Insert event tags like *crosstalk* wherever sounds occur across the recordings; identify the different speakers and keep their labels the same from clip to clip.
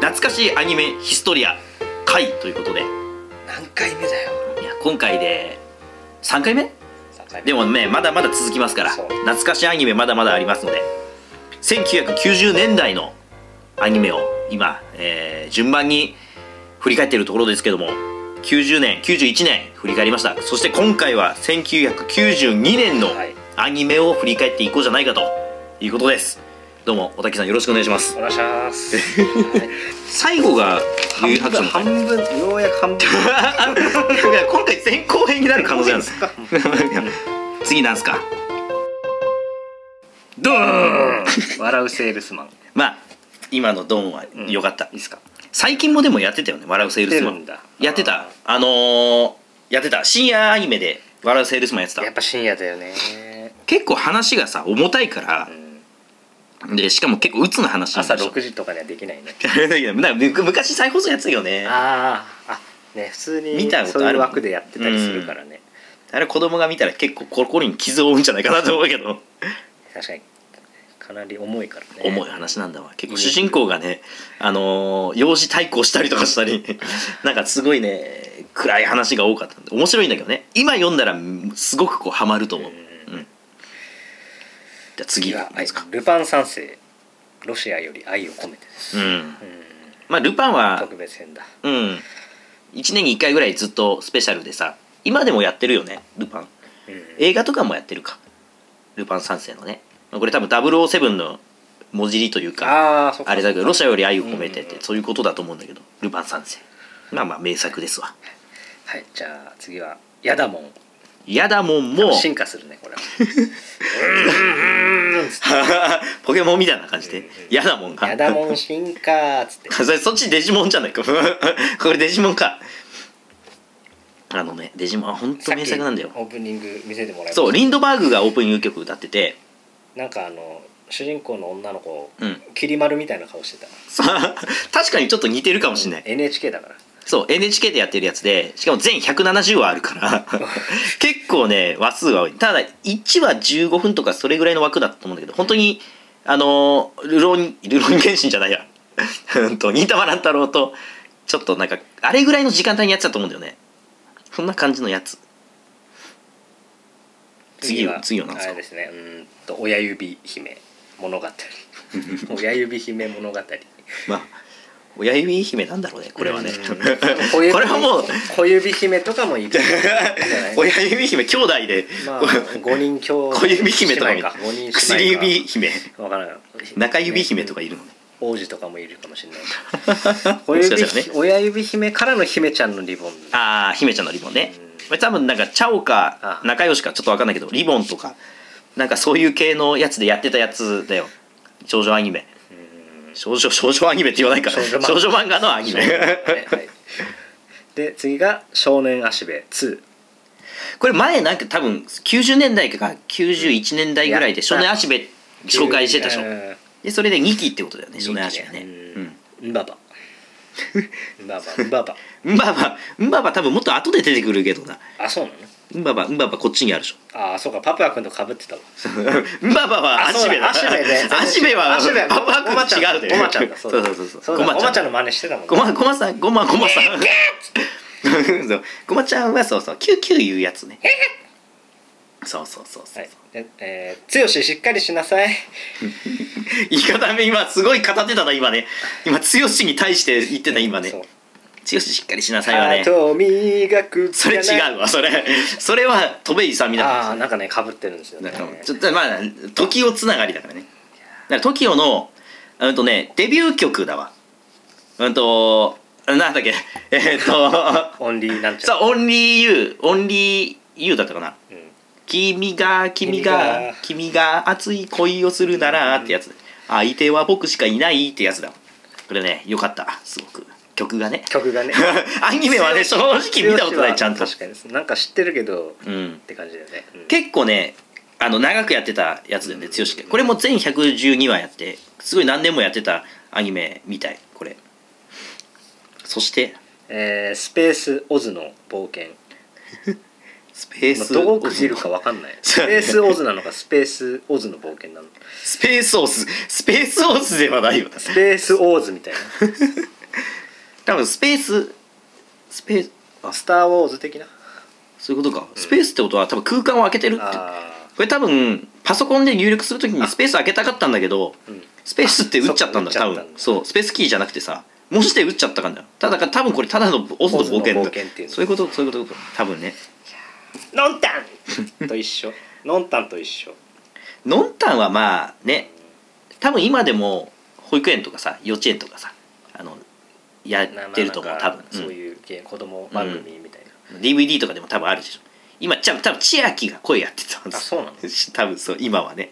Speaker 1: 懐かしいアニメヒストリア回ということでい
Speaker 2: 何回目だよ
Speaker 1: や今回で3回目
Speaker 2: 3回目
Speaker 1: でもねまだまだ続きますから
Speaker 2: そう
Speaker 1: 懐かしいアニメまだまだありますので1990年代のアニメを今、えー順番に振り返っているところですけども90年91年振り返りましたそして今回は1992年の
Speaker 2: はい
Speaker 1: アニメを振り返っていこうじゃないかということですどうも小滝さんよろしくお願いします
Speaker 2: お願いしますはい
Speaker 1: 最後が
Speaker 2: 半
Speaker 1: 有白書
Speaker 2: 分
Speaker 1: の
Speaker 2: 半分ようやく半
Speaker 1: い
Speaker 2: 分
Speaker 1: や今回前後編になる可能性あるんです
Speaker 2: か
Speaker 1: *laughs* 次なんすか
Speaker 2: ドーン笑うセールスマン
Speaker 1: まあ今のドンは良かった、
Speaker 2: いいっすか
Speaker 1: 最近もでもやってたよね「笑うセールスマ
Speaker 2: やっ
Speaker 1: ン
Speaker 2: てるんだ」
Speaker 1: やってたあのーやってた深夜アニメで「笑うセールスマン」やってた
Speaker 2: やっぱ深夜だよね、
Speaker 1: 結構話がさ重たいから
Speaker 2: う、ん
Speaker 1: でしかも結構鬱な話なん
Speaker 2: 朝
Speaker 1: でしょ
Speaker 2: 6時とかにはできないね
Speaker 1: いや *laughs* なんかむ昔再放送やってたよねあ
Speaker 2: あーあね普通に
Speaker 1: 見たこと
Speaker 2: そう
Speaker 1: あ
Speaker 2: い
Speaker 1: る
Speaker 2: う枠でやってたりするからね、
Speaker 1: れ子供が見たら結構心に傷を負うんじゃないかなと思うけど
Speaker 2: 確かにかなり重いからね
Speaker 1: 重い話なんだわ結構主人公がね、あのー幼児対抗したりとかしたりなんかすごいね暗い話が多かったんで面白いんだけどね今読んだらうんすごくこうハマると思う、うんじゃあ次
Speaker 2: 次
Speaker 1: は
Speaker 2: は、
Speaker 1: 何ですか、
Speaker 2: はいルパン三世ロシアより愛を込めてです、
Speaker 1: うん
Speaker 2: うん
Speaker 1: まあルパンは
Speaker 2: 特別編だ
Speaker 1: うん1年に1回ぐらいずっとスペシャルでさ今でもやってるよねルパン
Speaker 2: うん
Speaker 1: 映画とかもやってるかルパン三世のねこれ多分007の文字りというか
Speaker 2: ああそっか
Speaker 1: あれだけどロシ
Speaker 2: ア
Speaker 1: アより愛を込めてっ
Speaker 2: うんうん
Speaker 1: て
Speaker 2: うん
Speaker 1: そういうことだと思うんだけどルパン三世まあまあ名作ですわ
Speaker 2: はいじゃあ次はヤダモン
Speaker 1: ヤダモンも
Speaker 2: 進化するねこれは
Speaker 1: *laughs* ポケモンみたいな感じ
Speaker 2: うん
Speaker 1: で
Speaker 2: うん
Speaker 1: ヤダモンが
Speaker 2: ヤダモン進化っつって
Speaker 1: それ *laughs* そっちデジモンじゃないか *laughs* これデジモンかあのねデジモンは本当名作なんだよ
Speaker 2: さっきオープニング見せてもらいました
Speaker 1: そうリンドバーグがオープニング曲歌ってて
Speaker 2: なんかあの主人公の女の子、
Speaker 1: うん
Speaker 2: きり丸みたいな顔してたか
Speaker 1: さ *laughs* 確かにちょっと似てるかもしれない
Speaker 2: NHK だから
Speaker 1: そう NHK でやってるやつでしかも全170話あるから
Speaker 2: *laughs*
Speaker 1: 結構ね話数は多いただ1話15分とかそれぐらいの枠だったと思うんだけど本当にあのールローニルローニケンシンじゃないやうんと新田真乱太郎とちょっとなんかあれぐらいの時間帯にやってたと思うんだよねそんな感じのやつ次は次は何です
Speaker 2: あ
Speaker 1: か
Speaker 2: れですねうーんと親指姫
Speaker 1: *laughs*
Speaker 2: 物語親指姫物語
Speaker 1: まあ親指姫なんだろうねこれはね
Speaker 2: こ
Speaker 1: これはもう
Speaker 2: 小指姫とかもいいんじゃない
Speaker 1: *laughs* 親指姫兄弟で、
Speaker 2: まあ5人兄弟
Speaker 1: *laughs* 小指姫とかもいる
Speaker 2: 姉妹五人姉妹か
Speaker 1: 薬指姫
Speaker 2: わからない
Speaker 1: 中指姫とかいるのね
Speaker 2: 王子とかもいるか
Speaker 1: *laughs*
Speaker 2: もしれない小
Speaker 1: もしか
Speaker 2: 指
Speaker 1: したら
Speaker 2: ひ
Speaker 1: ね
Speaker 2: 親指姫からの姫ちゃんの
Speaker 1: *laughs*
Speaker 2: リボン
Speaker 1: ああ姫ちゃんのリボンね
Speaker 2: うん
Speaker 1: これ多分なんかチャオか
Speaker 2: あ
Speaker 1: 仲良しかちょっと分かんないけどリボンとかなんかそういう系のやつでやってたやつだよ少女アニメ少女少女アニメって言わないから
Speaker 2: 少女
Speaker 1: 少女
Speaker 2: 漫画
Speaker 1: 漫画のアニ *laughs* メ
Speaker 2: はいはいで次が「少年足部2
Speaker 1: これ前なんか多分90年代か91年代ぐらい
Speaker 2: やった
Speaker 1: で少年足部」紹介してたでしょ
Speaker 2: うん
Speaker 1: でそれで2期ってことだよね少年足部ね
Speaker 2: うんババババババ
Speaker 1: うんババうんばば多分もっと後で出てくるけどな
Speaker 2: あそうなの
Speaker 1: うんばばうんばばこっちにあるでしょ
Speaker 2: あそうかパプア君とかぶってたわ
Speaker 1: うんばばは足部だ
Speaker 2: あそうだ足部
Speaker 1: *laughs*
Speaker 2: ね
Speaker 1: 足部は
Speaker 2: 足部は
Speaker 1: パパ
Speaker 2: ごまちゃん
Speaker 1: 違うで
Speaker 2: ごまちゃん
Speaker 1: *laughs*
Speaker 2: だ
Speaker 1: そうそうそうそう
Speaker 2: そうだご
Speaker 1: ご
Speaker 2: ま
Speaker 1: ま
Speaker 2: ち
Speaker 1: ち
Speaker 2: ゃ
Speaker 1: ゃ
Speaker 2: ん
Speaker 1: ん
Speaker 2: の真似してたもんね
Speaker 1: ごまごまさんごまごまさんそうごまちゃんはそうそうキューキュー言うやつねそうそうそうそう、
Speaker 2: はいでえー、剛しっかりしなさい
Speaker 1: 言い方め今すごい語ってたな今ね今剛に対して言ってた *laughs* 今ね
Speaker 2: そう
Speaker 1: 剛しっかりしなさいはね
Speaker 2: 後磨く
Speaker 1: それ違うわそれそれは戸部勇みだ
Speaker 2: あ
Speaker 1: か
Speaker 2: あーなんかねかぶってるんですよ
Speaker 1: ら
Speaker 2: ね
Speaker 1: だからちょっとまあ時をつながりだからねだから TOKIO のうんとねデビュー曲だわうんとなんだっけ *laughs* えーっと
Speaker 2: オンリーなんちゃ
Speaker 1: さ
Speaker 2: ら
Speaker 1: あオンリーユーオンリーユーだったかな
Speaker 2: う、ん、
Speaker 1: 君が君が君が熱い恋をするならってやつ相手は僕しかいないってやつだこれねよかったすごく曲がね *laughs*
Speaker 2: 曲がね
Speaker 1: アニメはね正直見たことないちゃんと、
Speaker 2: 確かにですなんか知ってるけど、
Speaker 1: う
Speaker 2: っ
Speaker 1: ん、
Speaker 2: て感じだよね、うん
Speaker 1: 結構ねあの長くやってたやつだよね剛君これも全112話やってすごい何年もやってたアニメみたいこれそして
Speaker 2: えー、スペースオズの冒険
Speaker 1: スペー
Speaker 2: まあ
Speaker 1: ス
Speaker 2: どこを区切るかわかんないスペースオズなのかスペースオズの冒険なのか
Speaker 1: スペースオーススペースオースではないよ
Speaker 2: スペースオーズみたいな
Speaker 1: 多分スペーススペースあ
Speaker 2: スター・ウォーズ的な
Speaker 1: そういうことか、スペースってことは多分空間を空けてるって
Speaker 2: あ
Speaker 1: これ多分パソコンで入力するときに
Speaker 2: あ
Speaker 1: スペース空けたかったんだけど
Speaker 2: ーうん
Speaker 1: スペースって打っちゃったんだ
Speaker 2: あそっか
Speaker 1: 多
Speaker 2: 打っちゃった
Speaker 1: 分
Speaker 2: んだ
Speaker 1: そうスペースキーじゃなくてさ文字で打っちゃったからだよただ多分これただのオズの冒険
Speaker 2: オズの
Speaker 1: だ
Speaker 2: 冒険っていうの
Speaker 1: そういうことそういうこと多分ね
Speaker 2: ノンタ
Speaker 1: *laughs*
Speaker 2: ンと一緒ノンタンと一緒
Speaker 1: のんたんはまあね多分今でも保育園とかさ幼稚園とかさあのやってると思う
Speaker 2: な
Speaker 1: 多
Speaker 2: なん
Speaker 1: 分
Speaker 2: か、そう
Speaker 1: うん
Speaker 2: いう系子供番組みたいな、
Speaker 1: DVD とかでも多分あるでしょ今じゃあ多分千秋が声やってたんで
Speaker 2: あ
Speaker 1: す
Speaker 2: そうなの
Speaker 1: *laughs* 多分そう今はね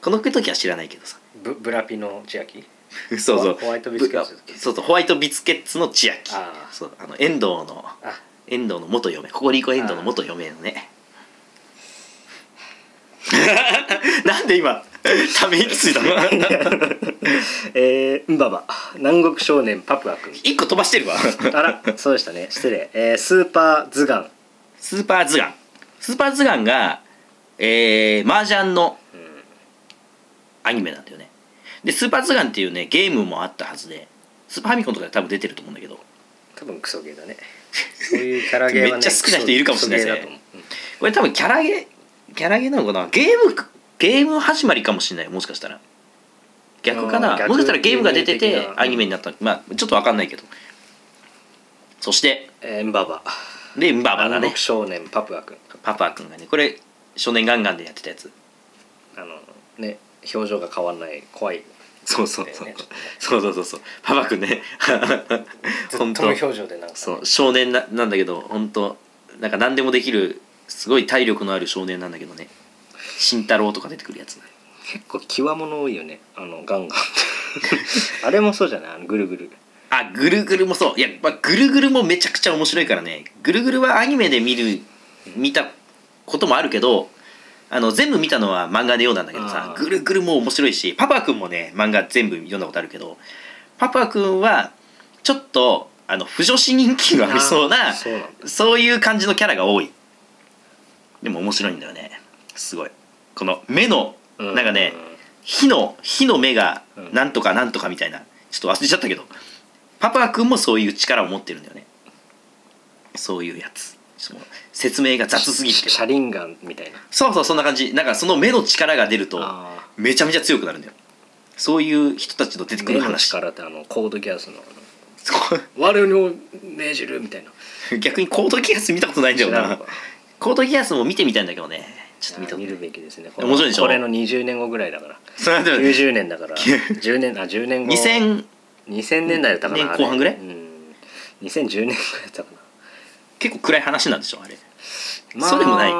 Speaker 1: この時は知らないけどさ
Speaker 2: ブブラピの千秋
Speaker 1: *laughs* そうそう
Speaker 2: ホワイトビスケッツ
Speaker 1: そうそうホワイトビスケッツの千秋
Speaker 2: あー
Speaker 1: そうあの遠藤の
Speaker 2: あ *laughs*
Speaker 1: 遠藤の元嫁ココリコ遠藤の元嫁のね *laughs* なんで今ため息ついたの *laughs*
Speaker 2: えー、んばば南国少年パプア君
Speaker 1: 一個飛ばしてるわ
Speaker 2: あらそうでしたね失礼、えー、スーパーズガン、
Speaker 1: スーパーズガンスーパーズガンがえー、麻雀のアニメなんだよねでスーパーズガンっていうねゲームもあったはずでスーパーファミコンとかで多分出てると思うんだけど
Speaker 2: 多分クソゲーだねそういうキャラゲーは、ね、
Speaker 1: めっちゃ好きな人いるかもしれないですね
Speaker 2: クソゲーだと思う
Speaker 1: これ多分キャラゲーキャラゲーなのかなゲームゲーム始まりかもしれないもしかしたら逆か
Speaker 2: あ
Speaker 1: な
Speaker 2: ー逆
Speaker 1: もしかしたらゲームが出て
Speaker 2: ゲーム
Speaker 1: て
Speaker 2: 的な
Speaker 1: アニメになったまあちょっと分かんないけどそして
Speaker 2: えー、んばば
Speaker 1: でンバーバーだ
Speaker 2: 南
Speaker 1: ね
Speaker 2: 国少年パプア君
Speaker 1: パパ君がねこれ少年ガンガンでやってたやつ
Speaker 2: あのね表情が変わらない怖い
Speaker 1: そうそうそう、
Speaker 2: だよね
Speaker 1: そうそうそうそうパパ君
Speaker 2: *laughs*
Speaker 1: ね
Speaker 2: ずっと
Speaker 1: 本
Speaker 2: 無
Speaker 1: 当
Speaker 2: 表情でなんか
Speaker 1: そう少年ななんだけど本当なんか何でもできるすごい体力のある少年なんだけどね慎太郎とか出てくるやつ
Speaker 2: 結構際物多いよねあのガン *laughs* ガンあれもそうじゃないあのぐるぐる
Speaker 1: あぐるぐるもそういや、まあ、ぐるぐるもめちゃくちゃ面白いからねぐるぐるはアニメで見る見たこともあるけどあの全部見たのは漫画で読んだんだけどさ
Speaker 2: あー
Speaker 1: ぐるぐるも面白いしパパ君もね漫画全部読んだことあるけどパパ君はちょっとあの不女子人気がありそうな
Speaker 2: そうなんだ
Speaker 1: そういう感じのキャラが多いでも面白いんだよねすごいこの目のなんかね、火の火の目が
Speaker 2: うん
Speaker 1: なんとかなんとかみたいなちょっと忘れちゃったけどパパ君もそういう力を持ってるんだよねそういうやつちょっともう説明が雑すぎるけど
Speaker 2: 車輪ガンみたいな
Speaker 1: そうそうそんな感じなんかその目の力が出ると
Speaker 2: あ
Speaker 1: めちゃめちゃ強くなるんだよそういう人たちの出てく
Speaker 2: 目
Speaker 1: る
Speaker 2: の
Speaker 1: 話
Speaker 2: 力ってあのコードギアスのあ
Speaker 1: そう
Speaker 2: の我を命じるみたいな
Speaker 1: *laughs* 逆にコードギアス見たことないんだよ
Speaker 2: 知ら
Speaker 1: なん
Speaker 2: のか
Speaker 1: コードギアスも見てみたいんだけどねちょっと見
Speaker 2: い
Speaker 1: た
Speaker 2: や
Speaker 1: こと
Speaker 2: 見
Speaker 1: ない
Speaker 2: るべきですねこ
Speaker 1: 面白いでしょ
Speaker 2: これの20年後ぐらいだから
Speaker 1: それはでも
Speaker 2: 90年
Speaker 1: *laughs*
Speaker 2: だから10年あ10年後
Speaker 1: 2000
Speaker 2: 2000年代だったかなあ
Speaker 1: 年後半ぐらい
Speaker 2: うん2010年ぐらいだったかな
Speaker 1: 結構暗い話なんでしょあれ
Speaker 2: まあ、
Speaker 1: そうでもない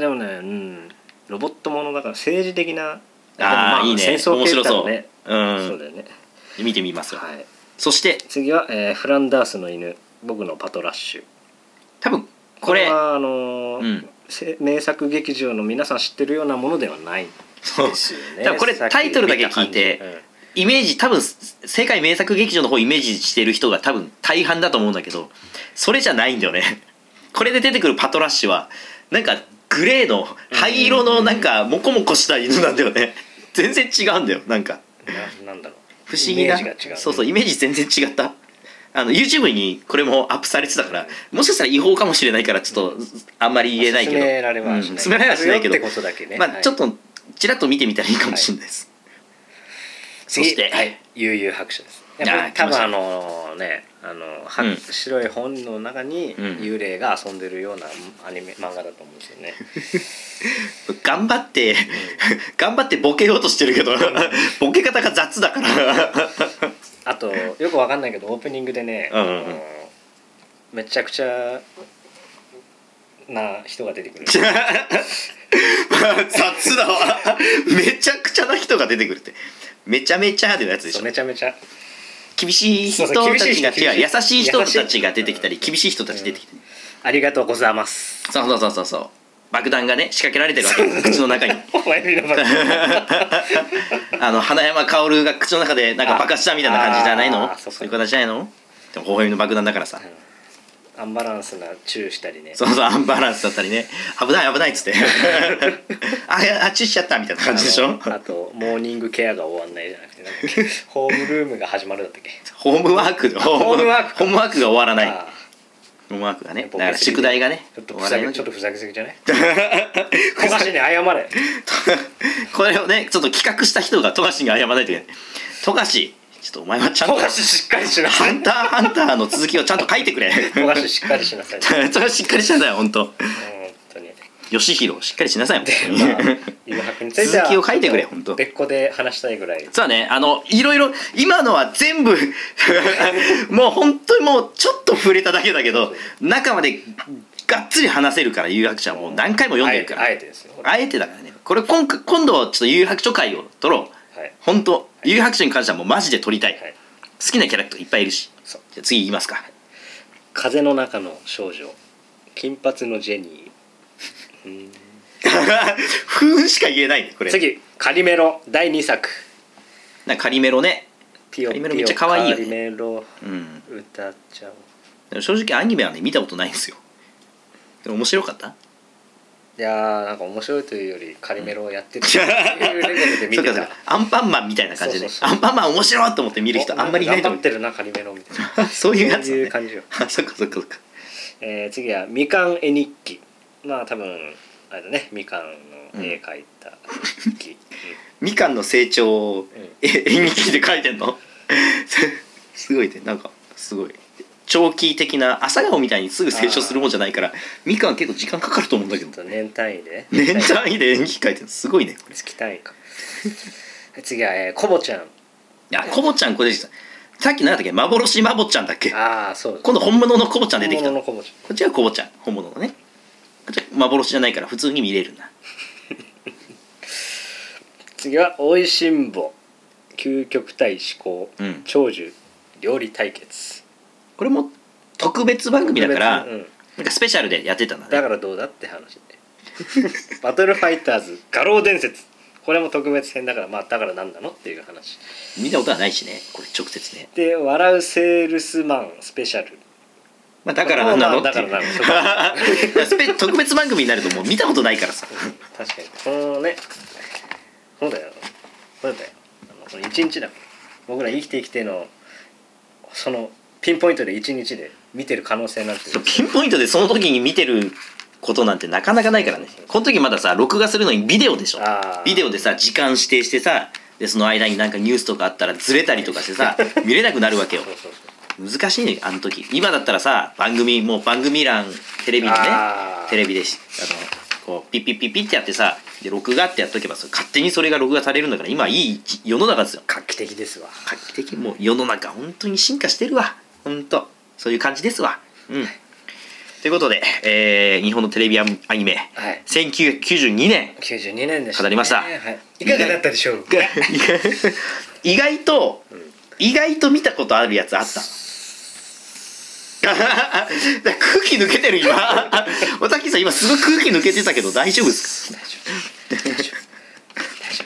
Speaker 2: でもね、うん、ロボットものだから政治的なでもま
Speaker 1: ああーいいね
Speaker 2: 戦争
Speaker 1: 面
Speaker 2: 系
Speaker 1: 白
Speaker 2: だ
Speaker 1: そ
Speaker 2: も
Speaker 1: う、
Speaker 2: んね
Speaker 1: う
Speaker 2: そうんだよね、
Speaker 1: 見てみますわ
Speaker 2: はい、
Speaker 1: そして
Speaker 2: 次は、えーフランダースの犬僕のパトラッシュ
Speaker 1: 多分これ
Speaker 2: はあのー
Speaker 1: うん
Speaker 2: せ名作劇場の皆さん知ってるようなものではないん
Speaker 1: そう
Speaker 2: ですよね
Speaker 1: 多分これ
Speaker 2: さっき
Speaker 1: タイトルだけ聞いて
Speaker 2: 見た感じうん
Speaker 1: イメージ多分世界名作劇場の方をイメージしてる人が多分大半だと思うんだけどそれじゃないんだよね *laughs* これで出てくるパトラッシュはなんかグレーの灰色のなんかモコモコした犬なんだよね全然違うんだよなんか
Speaker 2: ななんだろう
Speaker 1: 不思議な
Speaker 2: イメージが違う
Speaker 1: そうそうイメージ全然違ったあの YouTube にこれもアップされてたからもしかしたら違法かもしれないからちょっとあんまり言えないけど
Speaker 2: 勧められはし
Speaker 1: う
Speaker 2: なんい
Speaker 1: 勧められはしないけど
Speaker 2: あるよってことだけね
Speaker 1: まあちょっ
Speaker 2: と
Speaker 1: とちらっと見てみたらいいかもしれないです、そして、
Speaker 2: はい、悠々白書です
Speaker 1: あー
Speaker 2: やっぱり
Speaker 1: 来
Speaker 2: 多
Speaker 1: まし
Speaker 2: 分
Speaker 1: た
Speaker 2: あのねあの、は
Speaker 1: うん
Speaker 2: 白い本の中に
Speaker 1: うん
Speaker 2: 幽霊が遊んでるようなアニメ漫画だと思うんですよね
Speaker 1: 頑張って、 *laughs* 頑張ってボケようとしてるけどボケ方が雑だから *laughs*
Speaker 2: あとよくわかんないけどオープニングでね、
Speaker 1: うんうんうん
Speaker 2: あのめちゃくちゃな人が出て
Speaker 1: *laughs*
Speaker 2: くる
Speaker 1: 雑だわめちゃくちゃな人が出てくるってめちゃめちゃでのやつでし
Speaker 2: そう
Speaker 1: ょ
Speaker 2: めちゃめちゃ
Speaker 1: 厳しい人
Speaker 2: そうそう
Speaker 1: たちが
Speaker 2: 厳しい人
Speaker 1: 違う優しい人
Speaker 2: 優しい
Speaker 1: たちが出てきたり厳しい人たち出てきたり、
Speaker 2: ありがとうござ
Speaker 1: *laughs*
Speaker 2: います
Speaker 1: そうそうそうそうそう爆弾がね仕掛けられてるわけよ口の中に
Speaker 2: お前見ろバカ
Speaker 1: あの花山薫が口の中でなんか爆発したみたいな感じじゃないの
Speaker 2: ああーそっか
Speaker 1: そういう形じゃないのでも微笑みの爆弾だからさ、
Speaker 2: *laughs* アンバランスなチューしたりね
Speaker 1: そうそうアンバランスだったりね危ない危ないっつ
Speaker 2: *laughs*
Speaker 1: ってあいやあっちしちゃったみたいな感じでし
Speaker 2: あ
Speaker 1: ょ
Speaker 2: のあとモーニングケアが終わんないじゃな
Speaker 1: *laughs*
Speaker 2: くてなんだっけホームルームが始まるだったっけ
Speaker 1: ホームワークホ
Speaker 2: ホームワーク
Speaker 1: ホームワークが終わらないホ
Speaker 2: あ
Speaker 1: ームワークがね
Speaker 2: やっ
Speaker 1: だ
Speaker 2: ぱ
Speaker 1: から宿題がね
Speaker 2: ーちょっと
Speaker 1: 終
Speaker 2: ふ
Speaker 1: わ
Speaker 2: ざ
Speaker 1: ら
Speaker 2: け
Speaker 1: ない
Speaker 2: ちょっとふざけすぎ
Speaker 1: *laughs*
Speaker 2: じゃない小橋に謝れ
Speaker 1: *laughs* これをねちょっと企画した人が富樫に謝らないといけない富樫ちょっとお前はちゃん
Speaker 2: 小
Speaker 1: と
Speaker 2: 橋しっかりしなさ
Speaker 1: ハ *laughs*
Speaker 2: い
Speaker 1: ンターハンターの続きをちゃんと書いてくれ
Speaker 2: *laughs* 小橋しっかりしなさい本
Speaker 1: それはしっかりしたんだよ本当
Speaker 2: 当に
Speaker 1: 吉弘しっかりしなさいよ *laughs* 本当
Speaker 2: まあ
Speaker 1: に
Speaker 2: 誘惑については
Speaker 1: 続きを書いてくれ本当
Speaker 2: 別個で話したいぐらい
Speaker 1: そうだねあのいろいろ今のは全部 *laughs* もう本当にもうちょっと触れただけだけど中までがっつり話せるから有白書はもう何回も読んでるから
Speaker 2: あえてあえてですよ
Speaker 1: あえてだからねこれ今回今度ちょっと有白書会を取ろう
Speaker 2: はい
Speaker 1: 本当有白書に関してはもうマジで取りたい、
Speaker 2: はい
Speaker 1: 好きなキャラクターいっぱいいるし
Speaker 2: そう
Speaker 1: じゃあ次言いますか
Speaker 2: 風の中の少女金髪のジェニ
Speaker 1: *laughs*
Speaker 2: ーうん
Speaker 1: ふーんしか言えないねこれ
Speaker 2: 次カリメロ第2作
Speaker 1: なんかカリメロね
Speaker 2: ピヨ
Speaker 1: カリメロ
Speaker 2: ピヨ
Speaker 1: めっちゃ可愛いよね
Speaker 2: カリメロ
Speaker 1: うん
Speaker 2: 歌っちゃおう
Speaker 1: でも正直アニメはね見たことないんですよでも面白かった
Speaker 2: いやーなんか面白いというよりカリメロをやっ
Speaker 1: *laughs*
Speaker 2: てたっていうレベルで見
Speaker 1: そう
Speaker 2: て
Speaker 1: かそう
Speaker 2: た
Speaker 1: かアンパンマンみたいな感じでね
Speaker 2: そう
Speaker 1: ア
Speaker 2: そう
Speaker 1: ンパンマン面白いと思って見る人あんまりいないと
Speaker 2: 頑張
Speaker 1: 思
Speaker 2: っ
Speaker 1: う
Speaker 2: てるなカリメロみたいな
Speaker 1: そういうやつ
Speaker 2: そういう
Speaker 1: だね
Speaker 2: 感じよ、
Speaker 1: あそっかそっかそっか
Speaker 2: えー次は「みかん絵日記」まあ多分あれだねみかんの絵描いた日記、
Speaker 1: みかんの成長を
Speaker 2: うんうん
Speaker 1: え演劇で書いてんの *laughs* すごいねなんかすごい長期的な朝顔みたいにすぐ成長するもんじゃないからみかん結構時間かかると *laughs* 思うんだけ
Speaker 2: ちょっ
Speaker 1: ど
Speaker 2: と年単位で
Speaker 1: 年単位で演劇書いてるのすごいねこれ
Speaker 2: 月単位か次は、えー、コボちゃん
Speaker 1: いやコボちゃんこれでしたさっき何だっけ幻まぼちゃんだっけ
Speaker 2: ああそう
Speaker 1: 今度本物のコボちゃん出てきた
Speaker 2: 本物
Speaker 1: こ
Speaker 2: のコボち
Speaker 1: っちはコボちゃん本物のねこっちは幻じゃないから普通に見れるんだ
Speaker 2: ゃん次は「おいしんぼ」「究極対思考」
Speaker 1: うん
Speaker 2: 長寿」「料理対決
Speaker 1: これも特別」番組だから
Speaker 2: うん
Speaker 1: なんかスペシャルでやってたんだね
Speaker 2: だからどうだって話バトルファイターズ画廊伝説これも特別編だからまあだからなんなのっていう話
Speaker 1: 見たことはないしねこれ直接ね、
Speaker 2: で「笑うセールスマンスペシャル
Speaker 1: まあ、だからなんなのって
Speaker 2: だ
Speaker 1: い
Speaker 2: か
Speaker 1: う
Speaker 2: らなの
Speaker 1: スペ *laughs* 特別番組になるともう見たことないからさ」
Speaker 2: 確かにこのねそうだよそうだよあのその一日だから僕ら生きてきてのそのピンポイントで一日で見てる可能性なんて
Speaker 1: ピンポイントでその時に見てることなんてなかなかないからねこの時まださ録画するのにビデオでしょ
Speaker 2: あー
Speaker 1: ビデオでさ時間指定してさでその間になんかニュースとかあったらずれたりとかしてさ見れなくなるわけよ
Speaker 2: そうそうそう
Speaker 1: 難しいねあの時今だったらさ番組もう番組欄テレビのね
Speaker 2: あー
Speaker 1: テレビでしあのこうピッピッピッピッってやってさで録画ってやっとけばそれ勝手にそれが録画されるんだから今いい世の中ですよ
Speaker 2: 画期的ですわ
Speaker 1: 画期的もう世の中本当に進化してるわ本当そういう感じですわうんということで、えー日本のテレビアニメ
Speaker 2: はい
Speaker 1: 1992年
Speaker 2: 92年でした、
Speaker 1: 語りました
Speaker 2: はい、いかがだったでしょうか
Speaker 1: *laughs* 意外と、意外と見たことあるやつあった *laughs* 空気抜けてる今おたきさん今すごい空気抜けてたけど大丈夫です
Speaker 2: 大丈夫大丈夫大丈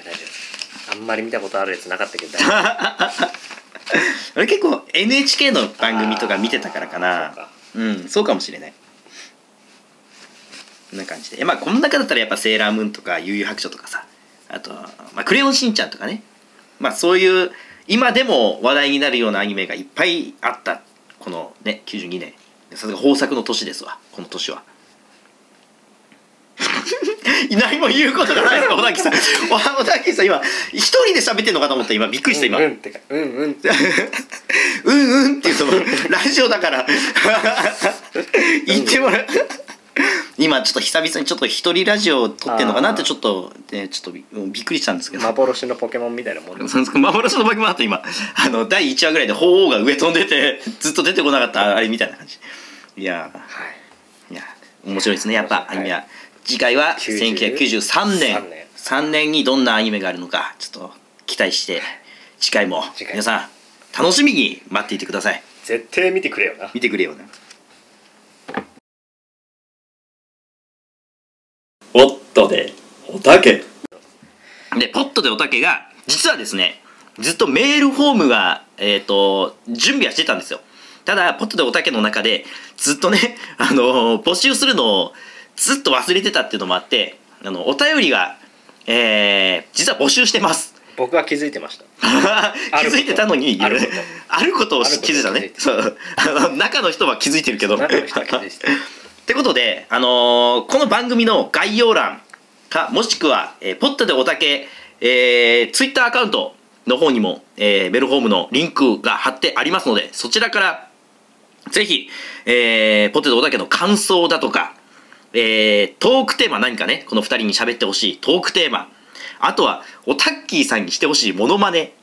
Speaker 2: 夫大丈夫あんまり見たことあるやつなかったけど大丈夫
Speaker 1: か俺結構 NHK の *laughs* 番組とか見てたからかな
Speaker 2: あーそうか
Speaker 1: うんそうかもしれないこんな感じでまあこの中だったらやっぱ「セーラームーン」とか「悠々白書」とかさあとはまあクレヨンしんちゃん」とかねまあそういう今でも話題になるようなアニメがいっぱいあったこのね92年さすが豊作の年ですわこの年は *laughs* 何も言うことがないですか小田切さんわ小田切さん今一人で喋ってんのかと思った今びっくりした今
Speaker 2: うんうんってかうんうんって
Speaker 1: うんうんっていうそのラジオだから言ってもらう今ちょっと久々にちょっと一人ラジオを撮ってんのかなってちょっとねちょっとびびっくりしたんですけど
Speaker 2: 幻のポケモンみたいなもんです
Speaker 1: その幻の化け物だった今あの第1話ぐらいで鳳凰が上飛んでてずっと出てこなかったあれみたいな感じいや
Speaker 2: はい
Speaker 1: ーいや面白いですねやっぱ
Speaker 2: は
Speaker 1: ア
Speaker 2: い
Speaker 1: ニメは次回は1993年
Speaker 2: 三年
Speaker 1: 3年にどんなアニメがあるのかちょっと期待して次回も
Speaker 2: 次回
Speaker 1: 皆さん楽しみに待っていてください
Speaker 2: 絶対見てくれよな
Speaker 1: 見てくれよなポットでおたけでポットでおたけが実はですねずっとメールフォームが、えー、と準備はしてたんですよただポットでおたけの中でずっとね、 *laughs* あのー募集するのをずっと忘れてたっていうのもあってあのお便りが、えー実は募集してます。
Speaker 2: 僕は気づいてました
Speaker 1: *laughs* 気づいてたのに
Speaker 2: あること
Speaker 1: あることを気づいたねそうあの中の人は気づいてるけど
Speaker 2: 中の人は気づいてた
Speaker 1: ってことで、あのーこの番組の概要欄かもしくは、えーポッタでおたけ、えー、ツイッターアカウントの方にも、えーメルホームのリンクが貼ってありますのでそちらからぜひ、えーポッタでおたけの感想だとか、えートークテーマ何かねこの2人に喋ってほしいトークテーマあとはおたっきーさんにしてほしいモノマネ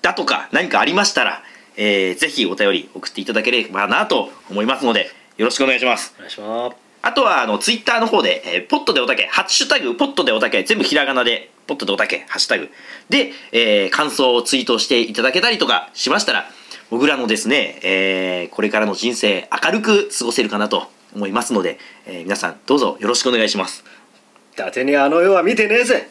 Speaker 1: だとか何かありましたら、えーぜひお便り送っていただければなと思いますのでよろしくお願いします。
Speaker 2: お願いします
Speaker 1: あとはあのツイッターの方で、えーポットでおたけ、ハッシュタグ、ポットでおたけ、全部ひらがなで、ポットでおたけ、ハッシュタグ。で、えー感想をツイートしていただけたりとかしましたら、僕らのですね、えーこれからの人生明るく過ごせるかなと思いますので、えー皆さんどうぞよろしくお願いします。
Speaker 2: 伊達にあの世は見てねえぜ